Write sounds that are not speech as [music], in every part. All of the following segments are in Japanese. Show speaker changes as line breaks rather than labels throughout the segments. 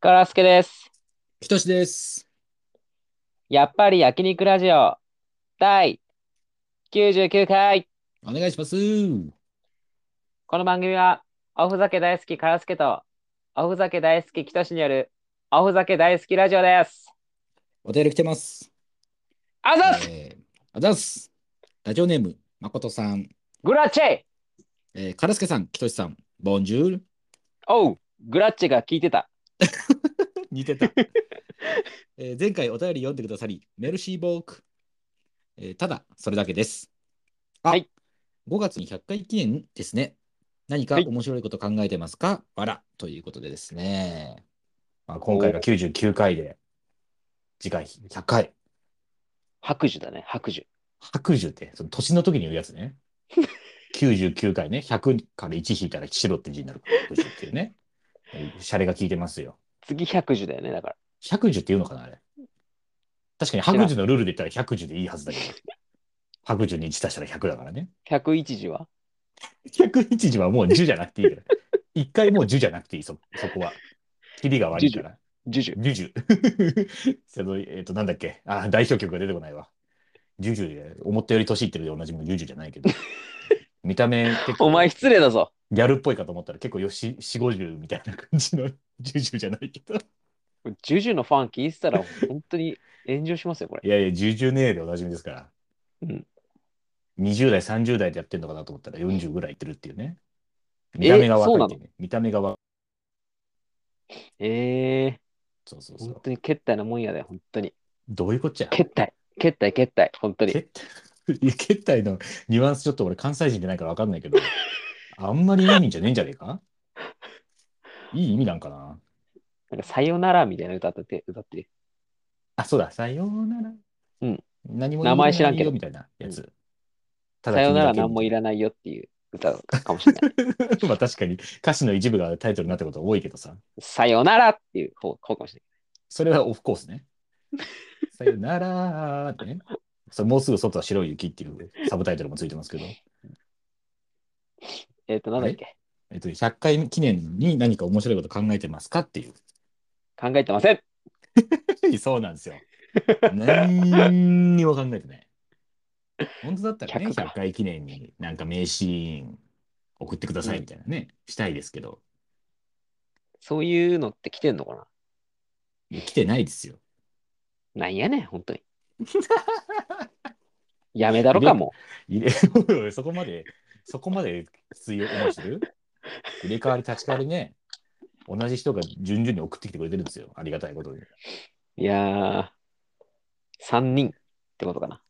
カラスケです。
ひとしです。
やっぱり焼肉ラジオ第99回。
お願いします。
この番組は、おふざけ大好きカラスケと、おふざけ大好きキトシによる、おふざけ大好きラジオです。
お便り来てます。
あざっす
えーあざっす。ラジオネーム、まことさん、
グラッチェ
えー、からすけさん、きとしさん、ボンジュール。
おうグラッチェが聞いてた。
似てた。 [laughs] えー前回お便り読んでくださり、メルシーボーク。えーただ、それだけです。あ、
はい
5月に100回記念ですね。何か
はい
面白いこと考えてますか、わら。ということでですね。まあ、今回が99回で、次回100回。
白樹だね、白樹。
白寿って、その年の時に言うやつね。99回ね、100から1引いたら白って字になるから白寿っていうね。シャレが効いてますよ。
次白樹だよね、だから。
百寿っていうのかな、あれ。確かに白寿のルールで言ったら100寿でいいはずだけど。白寿に1足したら100だからね。
101字は
101字はもう10じゃなくていいから。一回もう10じゃなくていい、そ、そこは。キリが悪いから。
ジュジュ。
ジュジュ。 [laughs] その、えっ、と、なんだっけ。あ、代表曲が出てこないわ。ジュジュで、思ったより年いってるでおなじみのジュジュじ
[laughs]
ゃないけど。見た目結構
お前失礼だぞ。
ギャルっぽいかと思ったら結構よし、四五十みたいな感じのジュジュじゃないけど。
ジュジュのファン聞いてたら、本当に炎上しますよ、これ。
いやいや、ジュジュねえでおなじみですから。
うん。
20代、30代でやってんのかなと思ったら40ぐらいいってるっていうね。見た目が若いっていうね。見た目が若い。
え
そうそう
ー、
そう
本。当に決体なもんやで、本当に。
どういうこっちゃ。
決体、決体、決体、本当に。
けいやけ [laughs] ったいのニュアンスちょっと俺関西人じゃないから分か
[laughs]
んないけど、あんまりいい意味じゃねえんじゃねえかいい意味なんかな
なんか、さよならみたいな歌ってて、歌って。
あ、そうだ、さようなら。
うん。
何も
名前知らんけど
言わないよみたいなやつ。た
さよなら
君だけ
何もいらないよっていう歌かもしれ
[laughs]
ない。
まあ確かに歌詞の一部がタイトルになったこと多いけどさ。
さよならっていう方方かもしれ
それはオフコー
[laughs]
スね。さよならーってね。それもうすぐ外は白い雪っていうサブタイトルもついてますけど。
ない。えっ、と、なんだっけ
えっと、100回記念に何か面白いこと考えてますかっていう。
考えてません
そうなんですよ。何にも考えてない。本当だったらね、
100か
100, 回記念になんか名シーン送ってくださいみたいなね、したいですけど、
そういうのって来てんのかない
や来てないですよ。
なんやねん、本当
[laughs]
に。やめだろかも。
入れ [laughs] そこまで、そこまできつい思いしてる入れ替わり立ち替わりね、同じ人が順々に送ってきてくれてるんですよ。ありがたいことに。
いやー、3人ってことかな。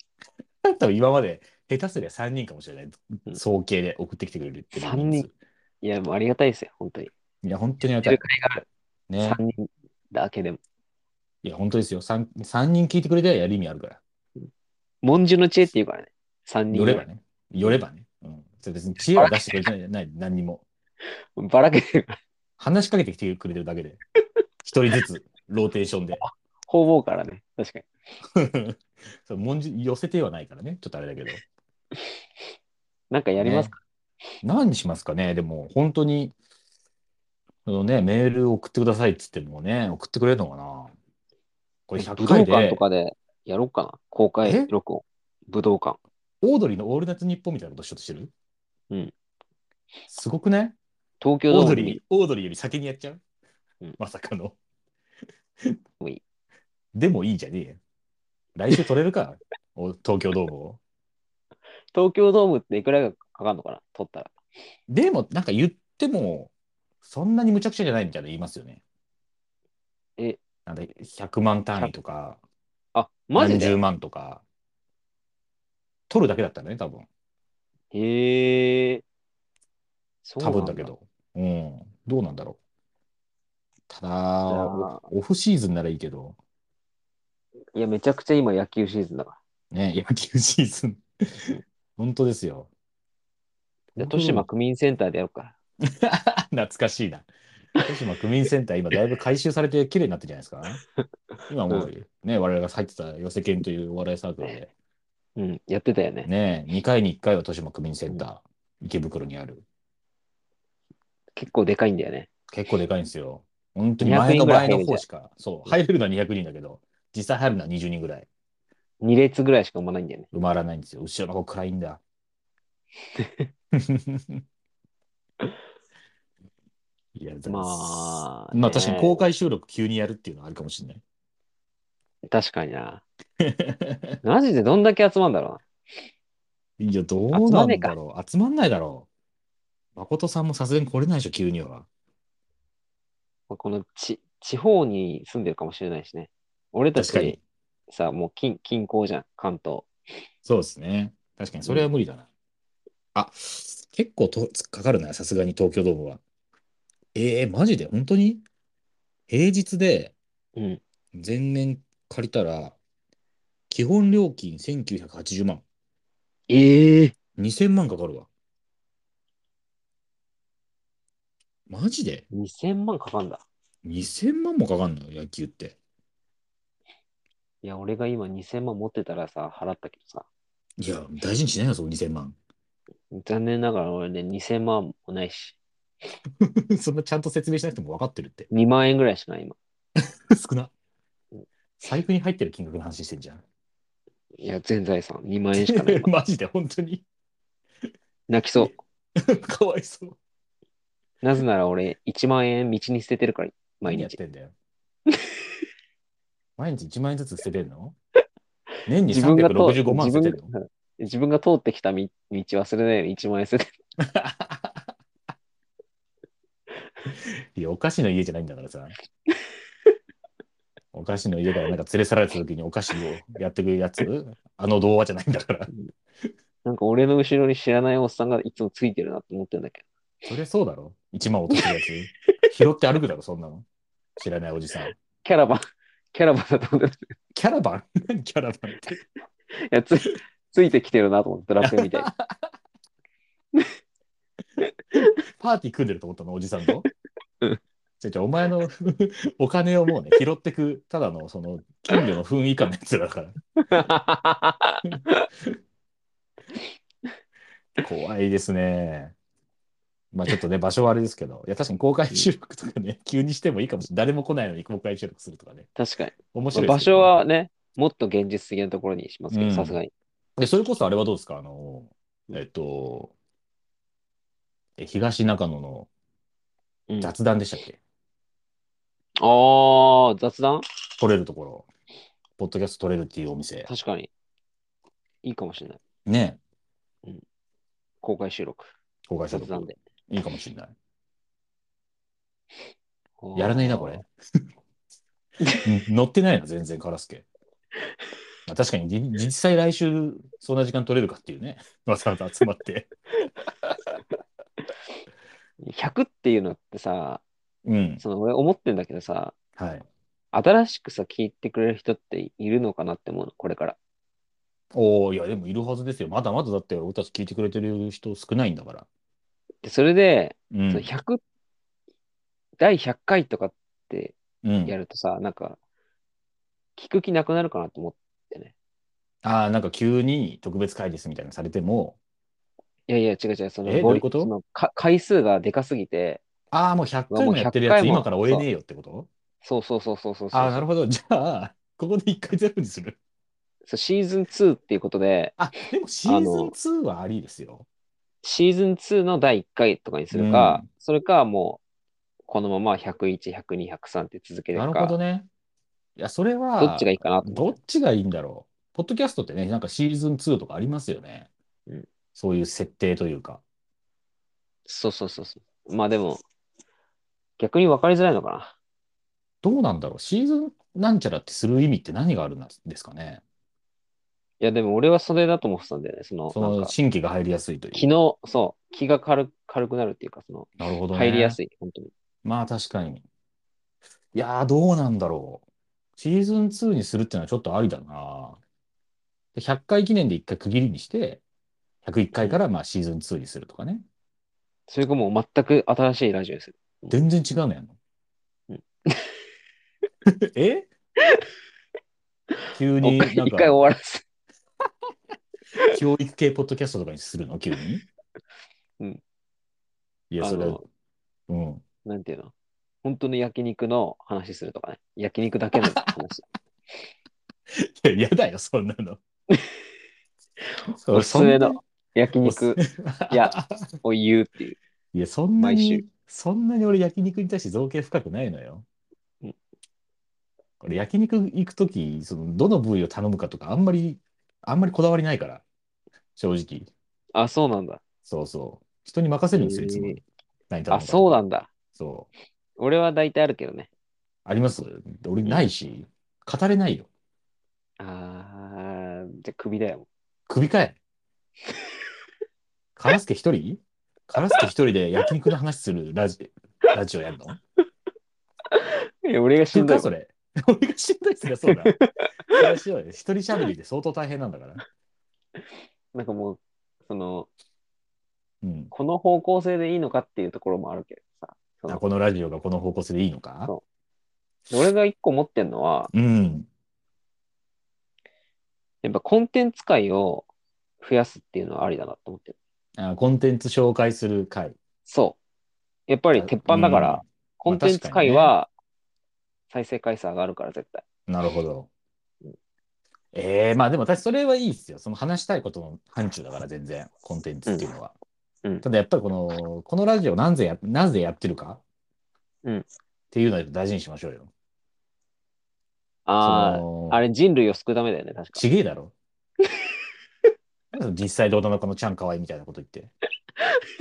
多分今まで下手すりゃ3人かもしれない。
うん
総計で送ってきてくれるっていう
三人。いや、もうありがたいですよ、本当に。
いや、本当にありが
集
た
会
い。
がある。
ね。
3人だけでも。
いや、本当ですよ。3, 三人聞いてくれたらやる意味あるから。
文殊の知恵っていうからね。3人
よればね。よればね。うん。それ別に知恵は出してくれてない、ない何にも。
ばらけてるから。
話しかけてきてくれてるだ
[laughs]
けで。一人ずつ、ローテーションで。 [laughs]
方々からね。確かに。
そう文字寄せてはないからね。ちょっとあれだけど。
なんかやりますか、
何にしますかね。でも、本当に、そのね、メール送ってくださいっつってもね、送ってくれるのかな。これ100
武道
回
館
で
と、かでやろうかな。公開
え
録音。武道館。
オードリーのオールナイトニッポンみたいなことしようとしてる
うん。
すごくね
東京
オ
ド
ード
ーム
リ
に
ー、オードリーより先にやっちゃう、
うん
まさかの。
もいい
でもいいじゃねえよ。来週取れ
[laughs]
るかお東京ドームを。
東京ドームっていくらがかかるのかな撮ったら。
でも、なんか言っても、そんなにむちゃくちゃじゃないみたいなの言いますよね。
え
なんで100万単位とか、
あ、マジ
何
で
十万とか、取るだけだったんだね、多分。
へえ。そうな
多
ん
分だけ。ど。うん。どうなんだろう。た
じ
だ、
ゃあ
オフシーズンならいいけど、
いや、めちゃくちゃ今野球シーズンだから。
ね、 [laughs] 野球シーズン。本当ですよ。
じゃあ豊島区民センターでやろうか。
懐かしいな。豊島区民センター、今だいぶ改修されて綺麗になってるじゃないですか。今もう、ね、我々が入ってた寄せ犬というお笑いサークルで、
うん、やってたよね。
ね、2回に1回は豊島区民センター、池袋にある。
結構でかいんだよね。
結構でかいんですよ。本当に前の前の方しか、そう、入れるのは200人だけど、実際入るのは20人ぐらい。
2列ぐらいしか生まないんだよね。
埋まらないんですよ。後ろの方暗い
[laughs]
んだ。いや、
まあ
まあ確かに公
ね
開収録急にやるっていうのはあるかもしれない。 [laughs]
確かにな。マジでどんだけ集まんだろうな。
いや、ど
集
うな
まん
ん
ねえか
だろう。集まんないだろう。誠さんもさすがに来れないでしょ、急には。
まあこのち地方に住んでるかもしれないしね。俺た
確かに
ち。さ、もう近近郊じゃん、関東。
そうですね。確かに、それは無理だな。あ、結構とかかるな、さすがに東京ドームは。えー、マジで本当に平日で
うん。
全面借りたら、基本料金1980万、
ええ
2000万かかるわ。マジで
ー、2000万かかんだ。
2000万もかかんの野球って。
いや、俺が今2000万持ってたらさ、払ったけどさ。
いや、大事にしないよ、その2000万。 [laughs]
残念ながら俺ね、2000万もないし、
そんなちゃんと説明しなくても分かってるって。
2万円ぐらいしかない今。
少な。財布に入ってる金額の話してんじゃん。
いや、全財産、2万円しか
[laughs]
ない今。
マジで、本当に。 [laughs]
泣きそう。
かわいそう。
なぜなら俺、1万円道に捨ててるから、毎
何やっ
日。
てん
[laughs]
だよ。毎日1万円ずつ捨てて
[laughs]
んの年に
自分が通
365万
自
捨て
分
てんの
が自分が通ってきたみ道忘れないように1万円捨ててる。
いや、お菓子の家じゃないんだか
[laughs]
らさ。お菓子の家からなんか連れ去られた時にお菓子をやってくるやつ、あの童話じゃないんだから。
なんか俺の後ろに知らないおっさんがいつもついてるなって思ってんだけ
そりゃそうだろ。1万落とすやつ。拾って歩くだろ、そんなの。知らないおじさん。
ど。キャラバン、キャラバンだと思って
キャラバン何キャラバンって。
た。いやつ、ついてきてるなと思って、ドラ [laughs] ペンみ
[laughs]
たいに。
パーティー組んでると思ったの、おじさんと
うん。
じゃじゃお前の [laughs] お金をもうね、拾ってく、ただのその、金魚の糞以下のやつだから。怖いですね。まあちょっとね、場所はあれですけど、いや、確かに公開収録とかね、急にしてもいいかもしれない。誰も来ないのに公開収録するとかね。
確かに。
面白
まあ
い
場
ですよ
所
ね
はね、もっと現実的なところにしますけ
う
ど、
ん
さすがに。
で、それこそあれはどうですかあの、えっと、え東中野の
うんあ
雑談でしたっけ、
あ、雑談
取れるところ、ポッドキャスト取れるっていうお店。
確かに。いいかもしれない。
ね、
公開収録。
公開した
雑
と
談
こ
で。
いいかもしれない。やらないな、これ。うん [laughs] 乗ってないな、全然、カラスケ。まあ、確かに、じ実際来週、そんな時間取れるかっていうね。 [laughs] わざわざ集まって。
100っていうのってさ、
うん。
その俺思ってんだけどさ、
はい。
新しくさ、聞いてくれる人っているのかなって思うの、これから。
おおいや、でもいるはずですよ。まだまだだって、俺たち聞いてくれてる人少ないんだから。
でそれで、
う
その
ん。
100、第100回とかって
うん
やるとさ、なんか、聞く気なくなるかなと思ってね。
ああ、なんか急に特別会ですみたいなのされても、
いやいや、違う違う、その、
えどういうこと
ボリュそのか回数がでかすぎて、
ああ、もう100回もやってる
もう100回
やつ、
も
今から追えねえよってこと
そうそうそうそうそうそう。
ああ、なるほど。じゃあ、ここで1回ゼロにする。
そうシーズン2っていうことで、
あ、でもシーズン2はありですよ。
シーズン2の第1回とかにするか、
うん
それかもう、このまま101、102、103って続ける
な
か、
るほどね。いや、それは、
どっちがいいかなと
どっちがいいんだろう。ポッドキャストってね、なんかシーズン2とかありますよね。
うん
そういう設定というか。
そうそうそうそう。まあでも、逆に分かりづらいのかな。
どうなんだろう。シーズンなんちゃらってする意味って何があるんですかね。
いやでも俺はそれだと思ってたんだよね。その、
そ
なん
の
か、
新規が入りやすいという。
気の、そう、気が軽く軽くなるっていうか、その、
なるほどね。
入りやすい、本当に。
まあ確かに。いやー、どうなんだろう。シーズン2にするってのはちょっとありだな。で100回記念で1回区切りにして、101回からまあシーズン2にするとかね。
それかもう全く新しいラジオにする。
全然違うのやんの
うん。
え急
もう
に
一回
なん
一回
か
終わらす。
教育系ポッドキャストとかにするの急に。
うん。
いや、それ
あの、
うん。
なんていうの本当の焼肉の話するとかね。焼肉だけの話。
いや、嫌だよ、そんな
[laughs]
の。そ
おすすめ
そんな
の焼肉いや。を言うっていう。
いや、そんな
毎
に
週、
そんなに俺焼肉に対して造形深くないのよ
うん。
これ焼肉行くとき、その、どの部位を頼むかとか、あんまり、あんまりこだわりないから、正直。
あ、そうなんだ。
そうそう。人に任せるんですよ、
へー
いつも。何頼むか
あ、そうなんだ。
そう。
俺は大体あるけどね。
あります俺ないし、語れないよ。
あー、じゃあ首だよ。
首かい。カラスケ一人カラスケ一人で焼肉の話するラジラジオやるの
いや俺がし
聞
ん
く
どいも
かそ
ん。
れ。 [laughs] 俺がしんどいっす
[laughs]
ね、そうだ。それはしんどい一人喋りで相当大変なんだから。
なんかもう、その、
うん。
この方向性でいいのかっていうところもあるけどさ。そ
あ
の
このラジオがこの方向性でいいのか
そ俺が一個持ってんのは、
うん。
やっぱコンテンツ界を増やすっていうのはありだなと思ってる。
あコンテンツ紹介する回。
そう。やっぱり鉄板だから、
うん
コンテンツ界は再生回数上がるから絶対。
なるほど。ええまあでも私それはいいっすよ。その話したいことの範疇だから全然、コンテンツっていうのは。
うんうん
ただやっぱりこの、このラジオなぜや、なぜやってるか、
うん
っていうのを大事にしましょうよ。
あ
そ
あ、あ
れ
れ人類を救うためだよね、確か。 [laughs]
ちげえだろ。 [laughs] 実際どうなのこのちゃんかわいいみたいなこと言って。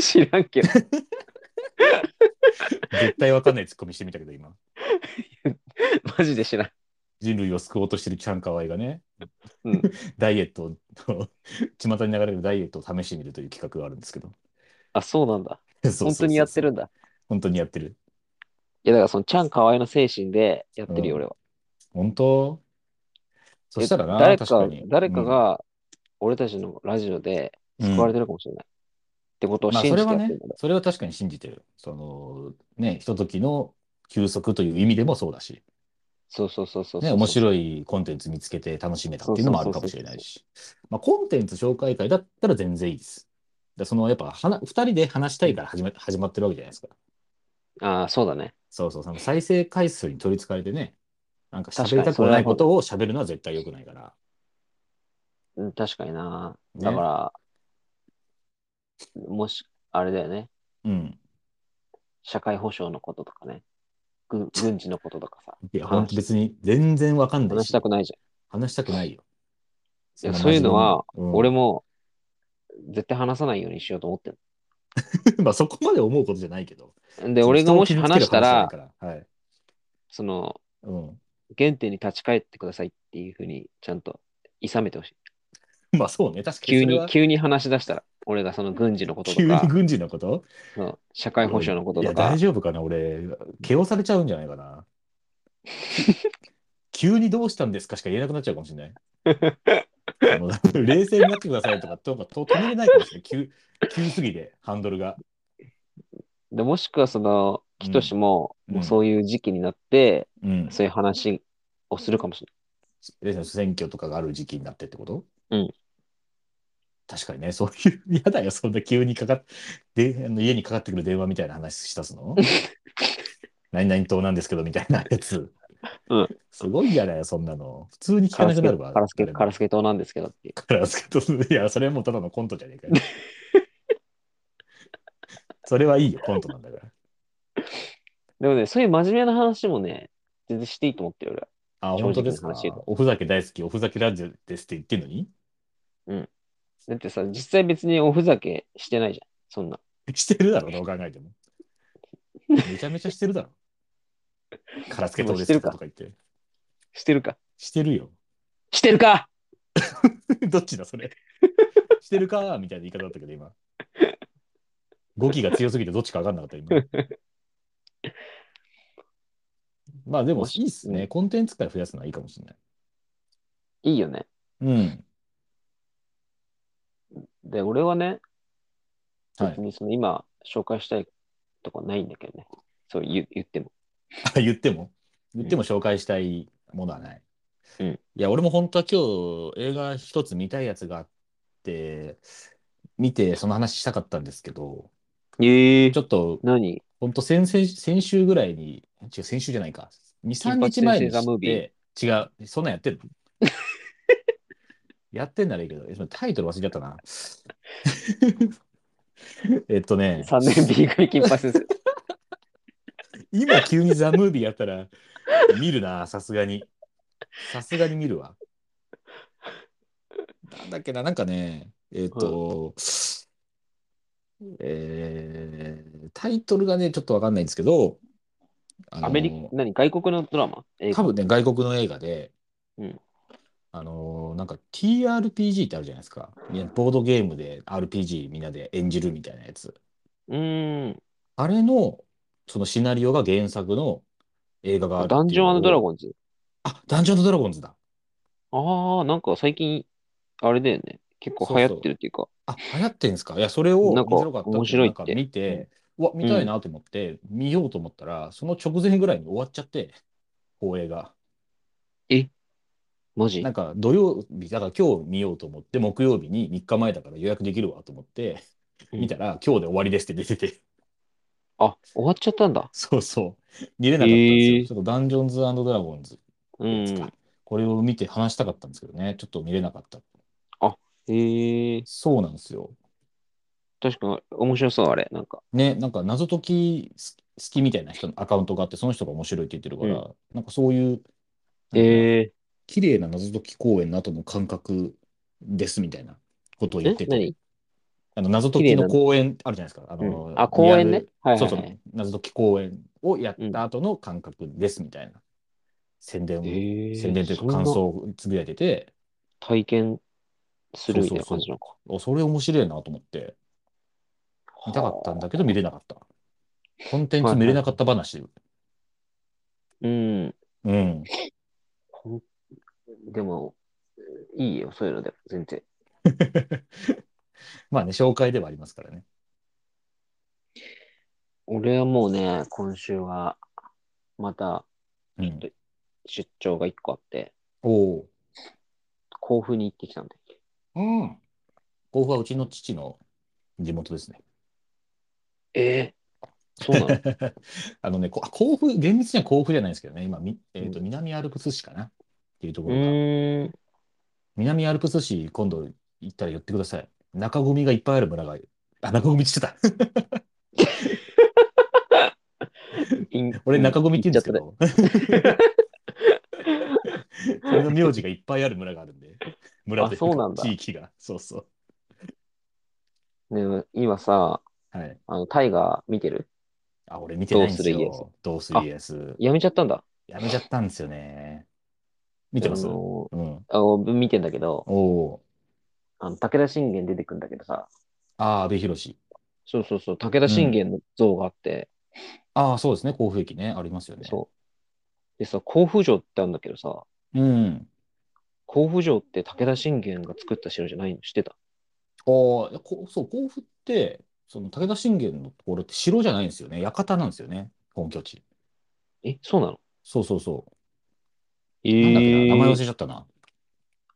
知らん
[laughs]
けど。
絶対わかんないツッコミしてみたけど今。
マジで知らん。
人類を救おうとしてるちゃんかわいがね、
うん、
[laughs] ダイエットを、 [laughs] 巷に流れるダイエットを試してみるという企画があるんですけど。 [laughs]
あ、そうなんだ。
そうそうそうそう
本当にやってるんだ。
本当にやってる。
いや、だからその、ちゃんかわいの精神でやってるよ、
うん
俺は。
本当そしたらな、
え誰
確
か
かに。
誰かが、俺たちのラジオで
うん、
救われ
て
てるかもしれない。ってことを
まあ、
信
そ
じてや
れ
って
は
るんだ
ね、それは確かに信じてる。その、ね、ひとときの休息という意味でもそうだし、
そうそうそうそうそう。
ね、面白いコンテンツ見つけて楽しめたっていうのもあるかもしれないし、まあ、コンテンツ紹介会だったら全然いいです。だその、やっぱ、はな二人で話したいから始め始まってるわけじゃないですか。
ああ、そうだね。
そうそう、その再生回数に取りつかれてね、なんか喋
確か
り
に
たくもないことを喋るのは絶対良くないから。
うん、確かにな。
ね
だから、もし、あれだよね。
うん。
社会保障のこととかね。
[laughs]
軍軍事のこととかさ。
いや、本当別に全然わかんない
話し、
した
くないじ
話したくないよ。
いやそういうのは
そん
ゃ。
なん真
俺
面
も、絶対話さないようにしようと思ってる。
目に、うん [laughs] まあそこまで思うことじゃないけど。
で、俺がもし
人を傷つけ
話
る
した
じゃない
ら、
からはい。
その、
う
原点に立ち返ってくださいっていうふうに、ちゃんと、いさめてほしい。
ん。まあそうね、確かに
急
それ
に
は。、
急に話し出したら、俺がその軍事のことと
[laughs] 急に
か、
軍事のこと
その社会保障のこと
い
と
や、
か
大、丈夫かな俺、毛をされちゃうんじゃないか
[laughs]
な。急にどうしたんですかしか言えなくなっちゃうかもし
[laughs]
れない。あの冷静になってくださいとか、とかと止めれないかもしれない。急急すぎて、ハンドルが。
でもしくはその、
うん
きとしも、
うん
もうそういう時期になって、
うん。
そういう話をするかもしれ
で選挙とかがある時期になってってこと
うん。
確かにね、 [laughs] そういう、嫌だよ、そんな急にかかっであの家にかかってくる電話みたいな話しだ
[laughs]
すの何々党なんですけどみたいなやつ。
うん
すごい嫌だよ、そんなの。普通に聞かなくな
な
る
い。
わ。
カラスケ、
誰も
カラスケ島なんですけどっていう。
カラスケと、いや、それはもうただのコントじゃねえかよ。それはいいよ、コントなんだから。
でもね、そういう真面目な話もね、全然していいと思ってる俺は。
あ、
正直な話
本当ですか
言うと。
おふざけ大好き、おふざけラジオですって言ってんのに
だってさ、実際別におふざけしてないじゃん。そんな。
[laughs] してるだろ、どう考えても。めちゃめちゃしてるだろ。カラスケどうですかとか言って。
してるか。
してるよ。 [laughs]
してるか
どっちだ、それ。してるかみたいな言い方だったけど、今。語気が強すぎてどっちか分かんなかった、 [laughs] 今。まあでもいいっすね。コンテンツから増やすのはいいかもしれない。
いいよね。
うん。
で、俺はね、
は
別
い。
にその今紹介したいとかないんだけどね。そう言う言っても。
あ [laughs] 言っても、言っても紹介したいものはない。
うん
いや、俺も本当は今日映画一つ見たいやつがあって、見てその話したかったんですけど、
ええ
ちょっと
何
本当先々先週ぐらいに違う、先週じゃないか。2、3
金八
日前
先
に
生ザムービー
知って違う、そんなんやってる [laughs] のやってんならいいけど、えタイトル忘れちゃった
[laughs]
な。えっとね、
3年 B 組金
[laughs]
八先生。
今急にザ・ムービーやったら見るな、さすがに。さすがに見るわ。なんだっけな、なんかね、えっ、と、えータイトルがね、ちょっとわかんないんですけど、あの
アメリカ、何外国のドラマ英
多
語
分ね、外国の映画で、
うん
あのーなんか TRPG ってあるじゃないですか。みんなボードゲームで RPG みんなで演じるみたいなやつ。
うーん。
あれの、そのシナリオが原作の映画があるっていうの
ダ
を
ンジョンドラゴンズ。
あ、ダンジョンドラゴンズだ。
ああ、なんか最近、あれだよね。結構流行ってるっていうか。
あ、流行ってんですかいや、それを
なんか
面白かった
面白いって
なんか見て、うわ、見たいなと思って、見ようと思ったら、その直前ぐらいに終わっちゃって、放映が。
マジ
なんか土曜日、だから今日見ようと思って、木曜日に3日前だから予約できるわと思って、
うん
見たら、今日で終わりですって出てて、 [laughs]
あ、終わっちゃったんだ。
そうそう、見れなかったんですよ。
へー
ちょっとダンジョンズドラゴンズ
う
ですか
ん。
これを見て話したかったんですけどね、ちょっと見れなかった。
へえ。
そうなんですよ。
確かに面白そう、あれ。なんか。
ね、なんか謎解きす好きみたいな人のアカウントがあって、その人が面白いって言ってるから、なんかそういう、なんか
ええ。
綺麗な謎解き公演の後の感覚ですみたいなことを言
え
ってて、
何
あの謎解きの公演あるじゃないですか。あの、
うんあ、公園
リ
ね
アル。
はい
そ
は
う
い
そ
は
う
い。、
謎解き公演をやった後の感覚ですみたいな。宣伝を、
ええ。
宣伝という
そん
か
な
感想をつぶやいてて、
体験するみたいな
そうそうそう
感じなのか。
おそれ面白いなと思って、見たかったんだけど見れなかった。コンテンツ見れなかった話。
うん。
うん。
でも、いいよ、そういうのでも、全然。
まあね、紹介ではありますからね。
俺はもうね、今週は、また
うん
で出張が一個あって、
おう
甲府に行ってきたんだよ。
うん。甲府はうちの父の地元ですね。 [laughs]
ええそうなの
あのね、こあ甲府、厳密には甲府じゃないんですけどね、今、みえーと南アルプス市かなっていうとこ
う
ろが、
ーん。
南アルプス市、今度行ったら寄ってください。中ゴミがいっぱいある [laughs] 村が、あ、中ゴミって言ってた。俺、中ゴミって言うんですけ
行っ
ど。 [laughs] 俺の名字がいっぱいある村があるんで、村とい
あそうなんだ
地域が、そうそう。
ちゃったね。ね今さ、
はい。
あの、タイガー見てる
あ、俺見てないんですよ。どうする
る
家康。
やめちゃったんだ。
やめちゃったんですよね。見てます
あ
う
の
ん。
あの見てんだけど、
おお
あの、武田信玄出てくんだけどさ、
ー。ああ、阿部寛。
そうそうそう、武田信玄の像があって、
ああ、そうですね。甲府駅ね。ありますよね。
そう。でさ、甲府城ってあるんだけどさ、
うん。
甲府城って武田信玄が作った城じゃないの知ってた
おーこそう、甲府って、その武田信玄のところって城じゃないんですよね。館なんですよね。本拠地。
え、そうなの
そうそうそう。
え
なんだっけな。名前忘れ
え
ちゃったな。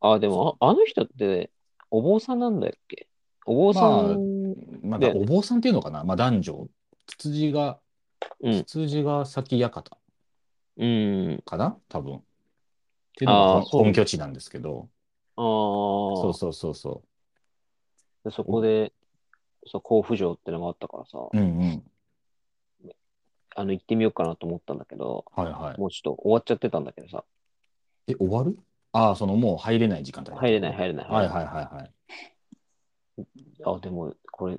あ、でもあ、あの人って、お坊さんなんだっけお坊さん、
ま
だ
だ
よね
お坊さんっていうのかな。まあ、男女。つつじが、
うん
つつじが先館
うん。
かな多分。っていう
あ
のが
ー
本本拠地なんですけど。
ああ、
そう
そ
そうそうそ
でそこで、そう甲府城ってのもあったからさ、
う。うんうん。
あの、行ってみようかなと思ったんだけど、
はいはい。
もうちょっと終わっちゃってたんだけどさ、
え、終わるああ、そのもう入れない時間帯。
入れない、入れない。
はいはいはいはい。
あ、でも、これ、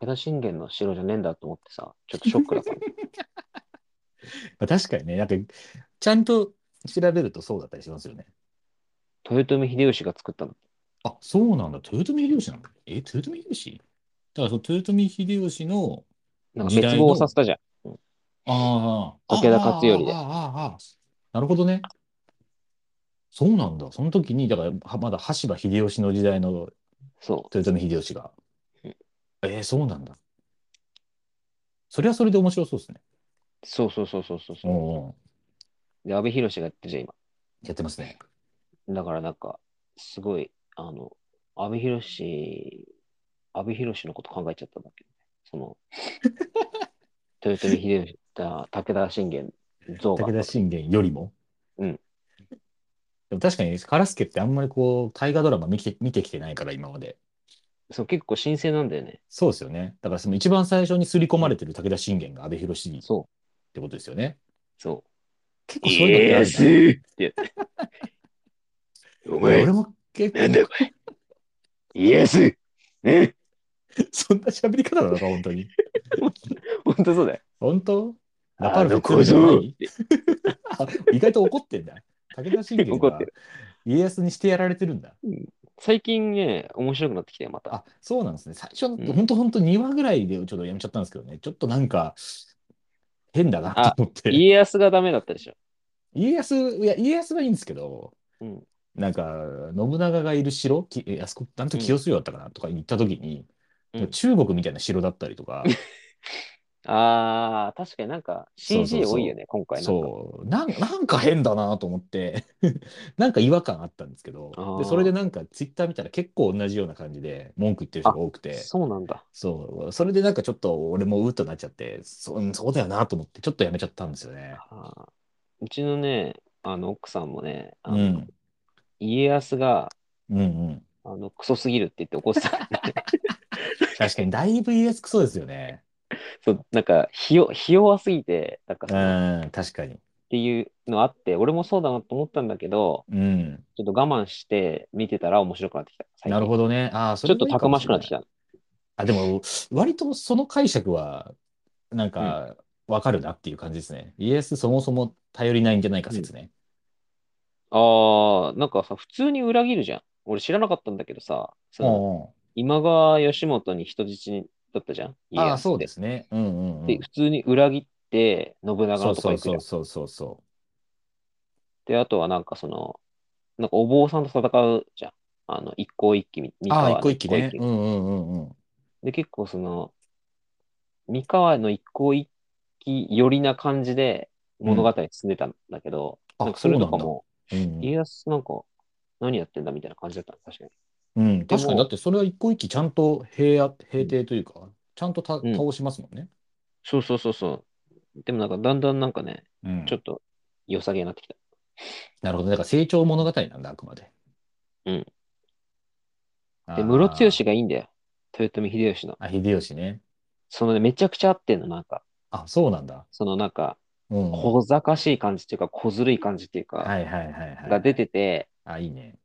武田信玄の城じゃねえんだと思ってさ、ちょっとショック
[laughs]
だったの。
まあ、確かにね、なんか、ちゃんと調べるとそうだったりしますよね。
豊臣秀吉が作ったの。
あ、そうなんだ。豊臣秀吉なんだ。え、豊臣秀吉だからその豊臣秀吉の、
なんか
時代
滅
の
亡させたじゃん。
ああ、
武田勝頼で
ああ、ああ、ああなるほどね。そうなんだ。その時に、だから、はまだ羽柴秀吉の時代の
そ
豊臣秀吉が
うん。
えー、そうなんだ。それはそれで面白そうですね。
う。そうそうそうそうそう
う
そ
んうん。
う。で、安倍博士がやってるじゃん、今。
やってますね。
だからなんか、すごい、あの、安倍博士、安倍博士のこと考えちゃ
[laughs]
ったんだけどね。その、豊臣秀吉だ、武田信玄ゾウが
武。田信玄よりも。
うん
でも確かに、カラスケってあんまりこう、大河ドラマ見て見てきてないから、今まで。
そう、結構新鮮なんだよね。
そうですよね。だからその一番最初に刷り込まれてる武田信玄が安倍博士っ
そ
てことですよね。
う、そう。
結構そういうのってあるんだ
ーってやつ。お
俺も結構、
だお前。イエスね
そんな喋り方なのか、本当に。
本当そうだよ。
本当ナパ
あ
ル
の
フ
小
[laughs]
僧って。
意外と怒ってんだ。武田信玄
怒っ
が
てる
家康にしてやられてるんだ。
最近ね、面白くなってきたよ、また。
あ、そうなんですね。最初の、
うん
ほんとほんと2話ぐらいでちょっとやめちゃったんですけどね。ちょっとなんか、変だなと思って。
家康がダメだったでしょ。
家康、いや、家康はいいんですけど、
うん。
なんか、信長がいる城、きえあそこ、なんと清須領だったかなとか行った時に、
うん
中国みたいな城だったりとか、
あー、確かになんか CG 多いよね、今回なんか。
そうなんなんか変だなと思って [laughs] なんか違和感あったんですけ
あー
どでそれでなんかツイッター見たら結構同じような感じで文句言ってる人が多くて
そうなんだ。
そうそれでなんかちょっと俺もうっとなっちゃってそうんそうだよなと思ってちょっとやめちゃったんですよね。
あーうちのね、あの奥さんもね、あ
う
の
ん、
家康が
うんうん
あのクソすぎるって言って怒ってた。
確かにだいぶ ES クソですよね。
[laughs] そうなんかひよ、ひ弱すぎて、なんか
う
そのっ
ん確かに。
ていうのあって、俺もそうだなと思ったんだけど、
うん、
ちょっと我慢して見てたら面白くなってきた。最近
なるほどね。あーそ
ちょ
れ
っとたくましくなってき
た。
た。
あでも割とその解釈はなんかわかるなっていう感じですね。ES そもそも頼りないんじゃないか説ね。
あー、なんかさ、普通に裏切るじゃん。俺知らなかったんだけどさ、その
お
今川義元に人質だったじゃん。。
うおうああ、そうですすね。うんうん、うん
で、普通に裏切って、信長
そ
の
う
とこ
そ
行
う
くじゃ
そ
ん
うそうそうそ
で、あとはなんかその、なんかお坊さんと戦うじゃん。あの、一向一揆み、
う。
三
ああ、
河
一個
の
一気ね。うんうんうんうん。
で、結構その、三河の一向一揆寄りな感じで物語進んでたんだけど、
あ
なんかそれとかも、
そうなんだ。
家康なんか何やってんだみたいな感じだったの確かに。
うん、うん、確か
でも
に、だってそれは一個一気ちゃんと平野、平定というか、ちゃんとた
ん
倒しますもんね。
そうそうそうそう。でもなんかだんだんなんかね、
うん
ちょっと良さげになってきた。
なるほど。だから成長物語なんだ、あくまで。
うん
あー。
で、室強がいいんだよ。豊臣秀吉の。
あ、秀吉ね。
そのね、めちゃくちゃ合ってんの、なんか。
あ、そうなんだ。
そのなんか、
うん。は
小賢しい感じっていうか、小ずるい感じっていう
い
か、
はいはいはい。
が出てて、
あ、いいね。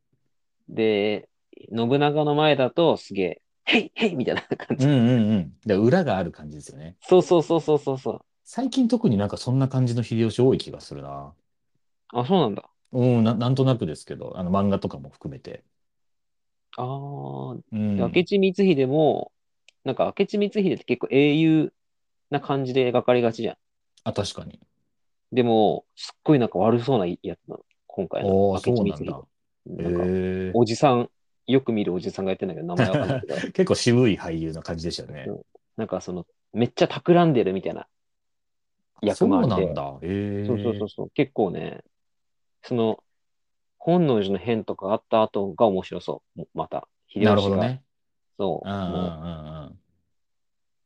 で、信長の前だとすげえ、へいへいみたいな感
う
じ。
んうんうん。で、裏がある感じですよね。
そうそうそうそうそうそう。
最近特になんかそんな感じの秀吉多い気がするな。
あ、そうなんだ。
うん、ななんとなくですけど、あの漫画とかも含めて。
ああ、
うん、
で明智光秀も、なんか明智光秀って結構英雄な感じで描かれがちじゃん。
あ、確かに。
でも、すっごいなんか悪そうなやつなの。今回
お
の
お、
明
そう
智
なん
光
だ。
秀。なんか、
へ
おじさん、よく見るおじさんがやってんだけど、名前わかんない
[laughs]
けど、
え。結構渋い俳優な感じでしたね。
なんかその、めっちゃ企んでるみたいな役
そう
回
な
り
ん
で。
だ。ええ。
そうそうそうそう、結構ね、その、本能寺の変とかあった後が面白そう、もまた。秀吉が
なるほど。ね。
そう。
うんうんうん
も
うん。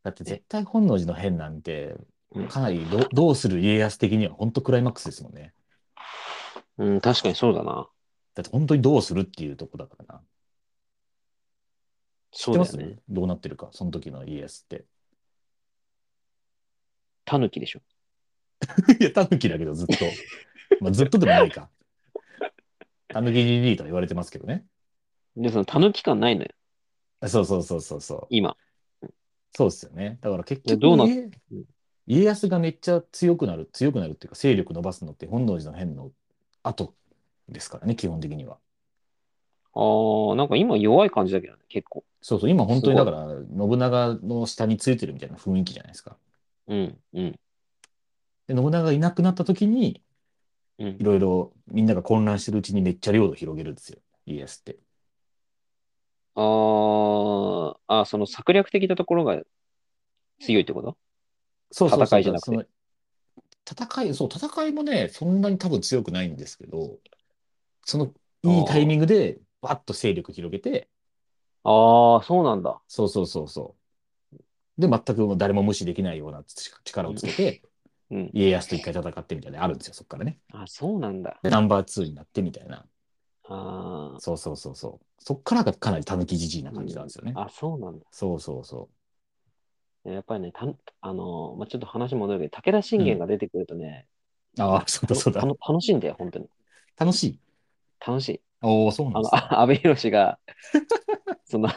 だって絶対本能寺の変なんて
うん、
かなりどどうする家康的には本当クライマックスですもんね。
ううん、確かにそうだな。
だって本当にどうするっていうとこだからな。知
そ
っ
う
て
だ
ま
よ
す
ね。
どうなってるか、その時の家康って。 [laughs]
タヌキでしょ。
いや、タヌキだけど、ずっと。まあ、ずっとでもな
[laughs]
いか。タヌキ GD とは言われてますけどね。
で、そのタヌキ感ないのよ、
そうそうそうそうそう。
今。
そうですよね。だから結
いや
局
どうなっ
家、家康がめっちゃ強くなる、強くなるっていうか、勢力伸ばすのって本能寺の変の後ですからね、基本的には。
あー、なんか今弱い感じだけどね、結構。
そうそう、今本当にだから、信長の下についてるみたいな雰囲気じゃないですか。
うん、うん、
で、信長がいなくなった時に、
うん
い。ろいろみんなが混乱してるうちにめっちゃ領土広げるんですよ、家康って。
あー、あーその策略的なところが強いってこと
そうそうそ
戦
う
いじゃなくて
だからその戦い、そう、戦いもね、そんなに多分強くないんですけど、そのいいタイミングで、バッと勢力広げて、
あー、そうなんだ。
そうそうそうそう。で、全くもう誰も無視できないような力をつけて、
うん。
家康と一回戦ってみたいなのあるんですよ、そっからね。
あ、そうなんだ。
でナンバー2になってみたいな。
あ
そうそうそうそう。そっからがかなりたぬきじじいな
あ。
感じなんですよね
う。あ、そうなん
そうそうそ
だ。やっぱりね、たあのーまあ、ちょっと話戻るけど、武田信玄が出てくるとね、
う。ああ、そうだそうだ
た。の楽しいんだよ、本当に。
楽しい。
楽しい。
おお、そう
あ
なんで
の [laughs]
す、ね、
あ、安倍博が、その、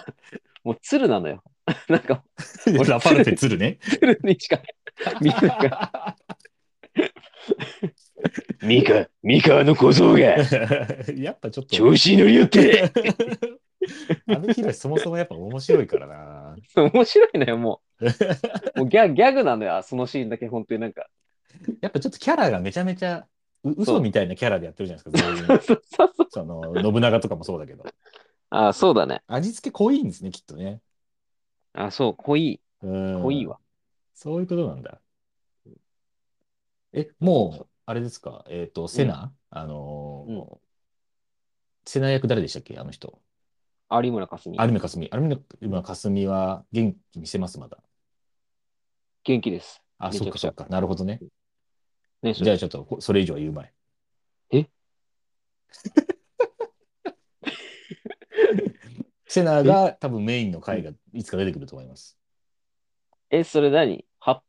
もう鶴なのよ。 [laughs] なんか、
いや
俺
ラパルフェ鶴ね。
鶴にし [laughs] か、みんなが、ミカ、ミカの小僧が、
やっぱちょっと。
子に乗りよっ
あのヒロシそもそもやっぱ面白いからな。
[laughs] 面白いのよ、も [laughs] う。もうギャギャグなのよ、そのシーンだけ、本当になんか。 [laughs]
やっぱちょっとキャラがめちゃめちゃう嘘みたいなキャラでやってるじゃないで
[laughs]
すか、全
そう
員
そうそう。
その信長とかもそうだけど。
あ、そうだね。
味付け濃いんですね、きっとね。
あ、そう、濃い、
うん
濃いわ。
そういうことなんだ。え、もう、あれですか、えっ、と、セナ、あのーセナ役誰でしたっけ、あの人。
有村架純。
有村架純。有村架純は元気見せます、まだ。
元気です。
あ、
めち
そっ
ゃ
か
くち
そ
ゃ
っか。なるほどね。
ね、そ
じゃ
れ
あちょっと、こそれ以上は言うまい。
え
[laughs] セナが多分メインの回がいつか出てくると思います。
[laughs] え、それ何ハッ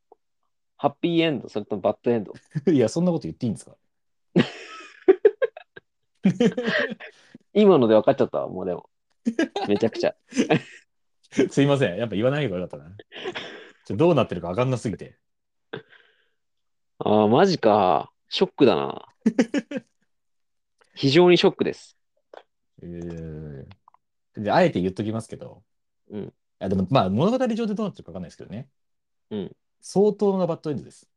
ハッピーエンドそれともバッドエンド
いや、そんなこと言っていいんですか
今ので分かっちゃったわ、もうでも。めちゃくちゃ。 [laughs]
[laughs] すいません。やっぱ言わない方がよかったな。ちょどうなってるか分かんなすぎて。
ああ、マジか。ショックだ
[laughs]
な。非常にショックです。
えーで、あえて言っときますけど、
うん
あでも、まあ、物語上でどうなってるか分かんないですけどね。
うん
相当なバッドエンドです。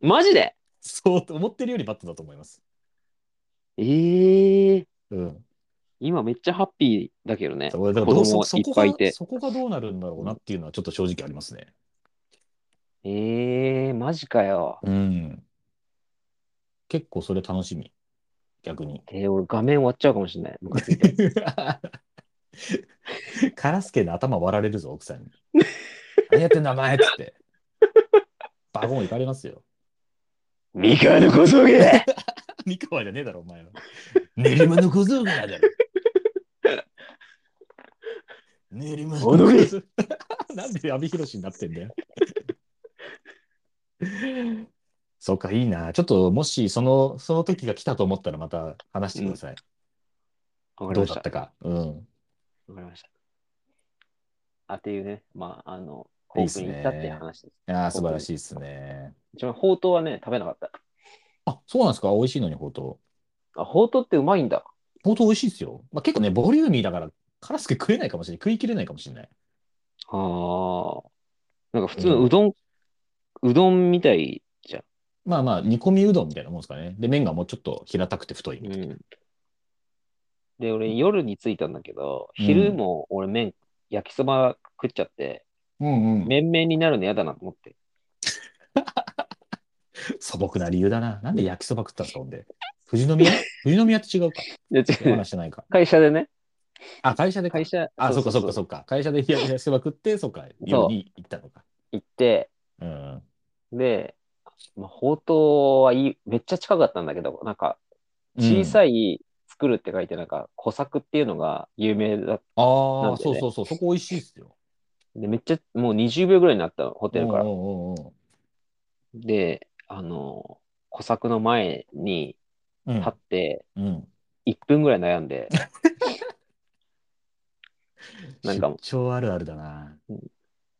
マジで
相当、思ってるよりバッドだと思います。
ええ
うん。
今めっちゃハッピーだけどね。
俺だ
子
からどう
供
そ
も
そ
い
こ
っぱいい
が
て。
そこがどうなるんだろうなっていうのはちょっと正直ありますね。
ええマジかよ。
うん。結構それ楽しみ。逆に。
えー、俺画面割っちゃうかもしれない。ムカついて
[laughs] カラスケの頭割られるぞ、奥さんに。何やってんだ、お前っつって。バゴン行かれますよ。
ミカの小僧
[laughs]
が
三河じゃねえだろ、お前は。練馬の小僧がだろ。練馬の小僧。なんで阿部寛になってんだよ。そうか、いいな。ちょっと、もし、その、その時が来たと思ったら、また話してください。
わかり
どう
まし
だ
た
っ。たか。うん。
わかりました。あっていうね、まあ、あの、
いい
興
っす
奮
ね
に行ったっていう話です。
いやー素晴らしいですね。
一番ほうとうはね、食べなかった。
あ、そうなんですか。美味しいのに、ほうと
あ、ほうとうってうまいんだ。
う。ほうとう美味しいですよ。まあ、結構ね、ボリューミーだから、カラスケ食えないかもしれない。食い切れないかもしれない。
ああ。なんか普通のうどん、うどんみたいじゃん。
まあまあ、煮込みうどんみたいなもんですかね。で、麺がもうちょっと平たくて太いみたいな。
で、俺、夜に着いたんだけど、昼も俺、麺、焼きそば食っちゃって、
うんうん。
麺々になるの嫌だなと思って。
素朴な理由だな。なんで焼きそば食ったんですか、ほんで。富士宮富士宮って違うか。
で、違う
話してないか。
[laughs] 会社でね、
あ、会社でか
会社、
あ、そっかそっか
う
そっか。会社で焼きそば食って、そっか。夜に行ったのか。
行って、
うん。
で、まあ、ほうとうはいい、めっちゃ近かったんだけど、なんか、小
い。
さい作るって書いて、なんか、小作っていうのが有名だっ
あ
な
あ、
んでね
そうそうそう。そこ美味しいっすよ。
で、めっちゃ、もう20秒ぐらいになったの、ホテルから。
うんうんうん
で、あの、小作の前に
うん。
立って、
うんうん。
1分ぐらい悩ん
[laughs]
で、なんか
出張あるあるだな。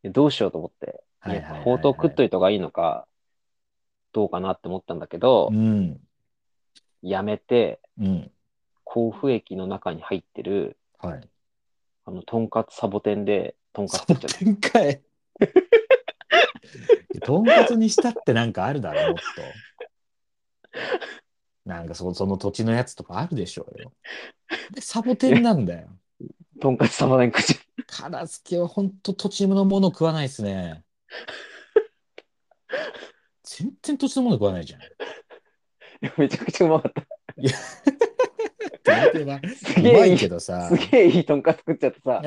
どうしようと思って、
はいはい
や
はいはい。
ほうとう食っといた方がいいのか、どうかなって思ったんだけど
う、ん。
やめて、
うん。
甲府駅の中に入ってる、
はい。
あの、とんかつサボテンで、とんかつ
サ
食っち
ボ
ゃった。
テンかい。 [laughs] とんかつにしたってなんかあるだろ、もっと。なんかそその土地のやつとかあるでしょうよ。で、サボテンなんだよ。
とんかつサボテン食っちゃった。
カラスケはほんと土地のもの食わないですね。
[laughs]
全然土地のもの食わないじゃん。
めちゃくちゃうまかった。
前提は、
す
う
げ
ま
えい
い
い、
け
す
どさ、
げえいいとんかつ作っちゃってさ、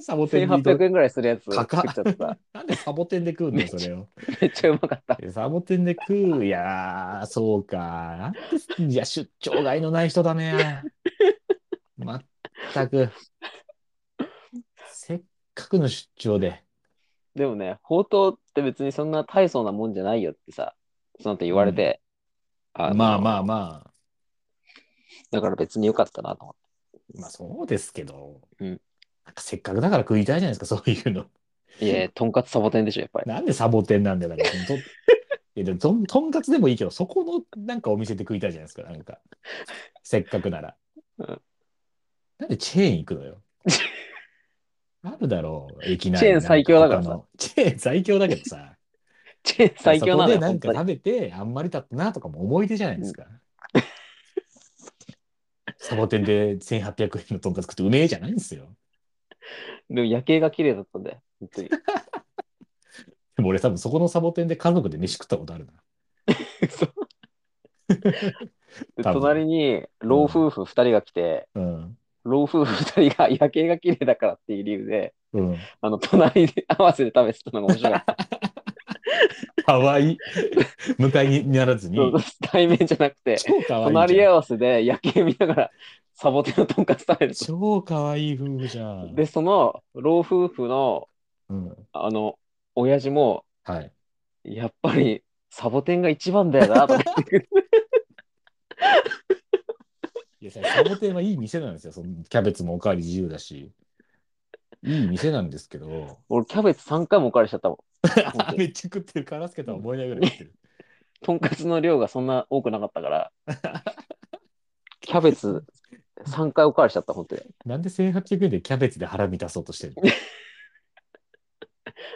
サボテンでいいと
1800円ぐらいするやつ作
か
っ
か
ちゃってさ、
なんでサボテンで食うんだよ、それを。
めっちゃうまかった。
サボテンで食う、いやー、そうか。なんで、いや、出張外のない人だね。まったく。せっかくの出張で。
でもね、ほうとうって別にそんな大層なもんじゃないよってさ、その後言われて、の
まあまあま
だから別によかったなと思って。
あ、まあそうですけど、
うん
なんかせっかくだから食いたいじゃないですか、そういうの。
いやいや、とんかつサボテンでしょ、やっぱり。
なんでサボテンなん
[laughs]
だよ、だから。といやでもとんとんかつでもいいけど、そこのなんかお店で食いたいじゃないですか、なんか。せっかくなら。
うん
なんでチェーン行くのよ。あるだろう、駅内
チェーン
になん
最強だからさ
他のチェーン最強だけどさ。
チェーン [laughs] 最強なの
そこで
よ、
なん
本
か
当に。
食べて、あんまりだったなとかも思い出じゃないですか。サボテンで1800円のとんかつ食ってうめえじゃないんですよ。
でも夜景が綺麗だったんだよ、本
[laughs]
当に。
でも俺多分そこのサボテンで家族で飯食ったことあるな。
嘘で
多分
隣に老夫婦2人が来て、
うん。
老夫婦2人が夜景が綺麗だからっていう理由で、
うん。
あの隣に合わせて食べてたのが面白か
[laughs]
った。
かわいい。向かいにならずに。
そう対面じゃなくて、
超かわいい
隣
じ
り
ゃん。
合わせで夜景見ながらサボテンのとんかつ食べる
超かわいい夫婦じゃん。
で、その老夫婦の
うん。
あの親父も、
はい。
やっぱりサボテンが一番だよなとか
[laughs]
言ってくる
いや、サボテンはいい店なんですよ。そのキャベツもおかわり自由だし。いい店なんですけど。
俺、キャベツ3回もおかわりしちゃったもん。
[laughs] あめっちゃ食ってる。カラスケとは思いながら
[laughs]
食ってる。
とんかつの量がそんな多くなかったから、キャベツ3回おかわりしちゃった、本当に。
なんで1800円でキャベツで腹満たそうとしてる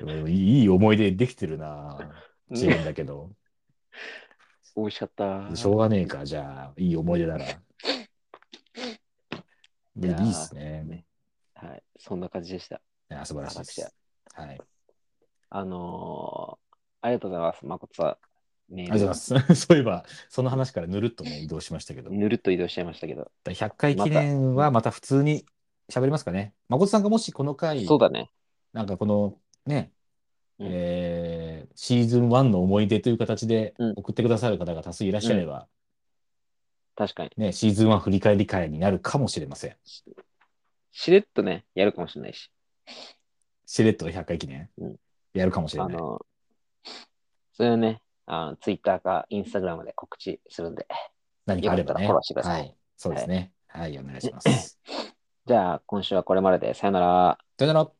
の [laughs] でもいいいい思い出できてるな。自分だけど。
美味しかった。
しょうがねえか。じゃあ、いい思い
[laughs]
出なら。い
いや
や、
ー
いいっすね。
はい、そんな感じでした。
いや素晴らしいです。はい。
あのーありがとうございます、まことさん。メー
あ
ル
りがとうございます。 [laughs] そういえば、その話からぬるっとね、移動しましたけど、
ぬるっと移動しちゃいましたけど。
100回記念はまた普通に喋りますかね。誠さんがもしこの回、
そうだね。
なんかこのね、
うん
えーシーズン1の思い出という形で
うん
送ってくださる方が多数いらっしゃれば、
確かに。
ね、シーズン1振り返り会になるかもしれません。
しれっとね、やるかもしれないし。
しれっと100回記念
うん、
やるかもしれ
あ
ない。
のーそれをね、あのツイッターかインスタグラムで告知するんで。
何かあればね。
よかったらフォローしてください
はい。
[laughs]
そうですね。はい、お願いします。
じゃあ、今週はこれまでで、さよなら。
さよなら。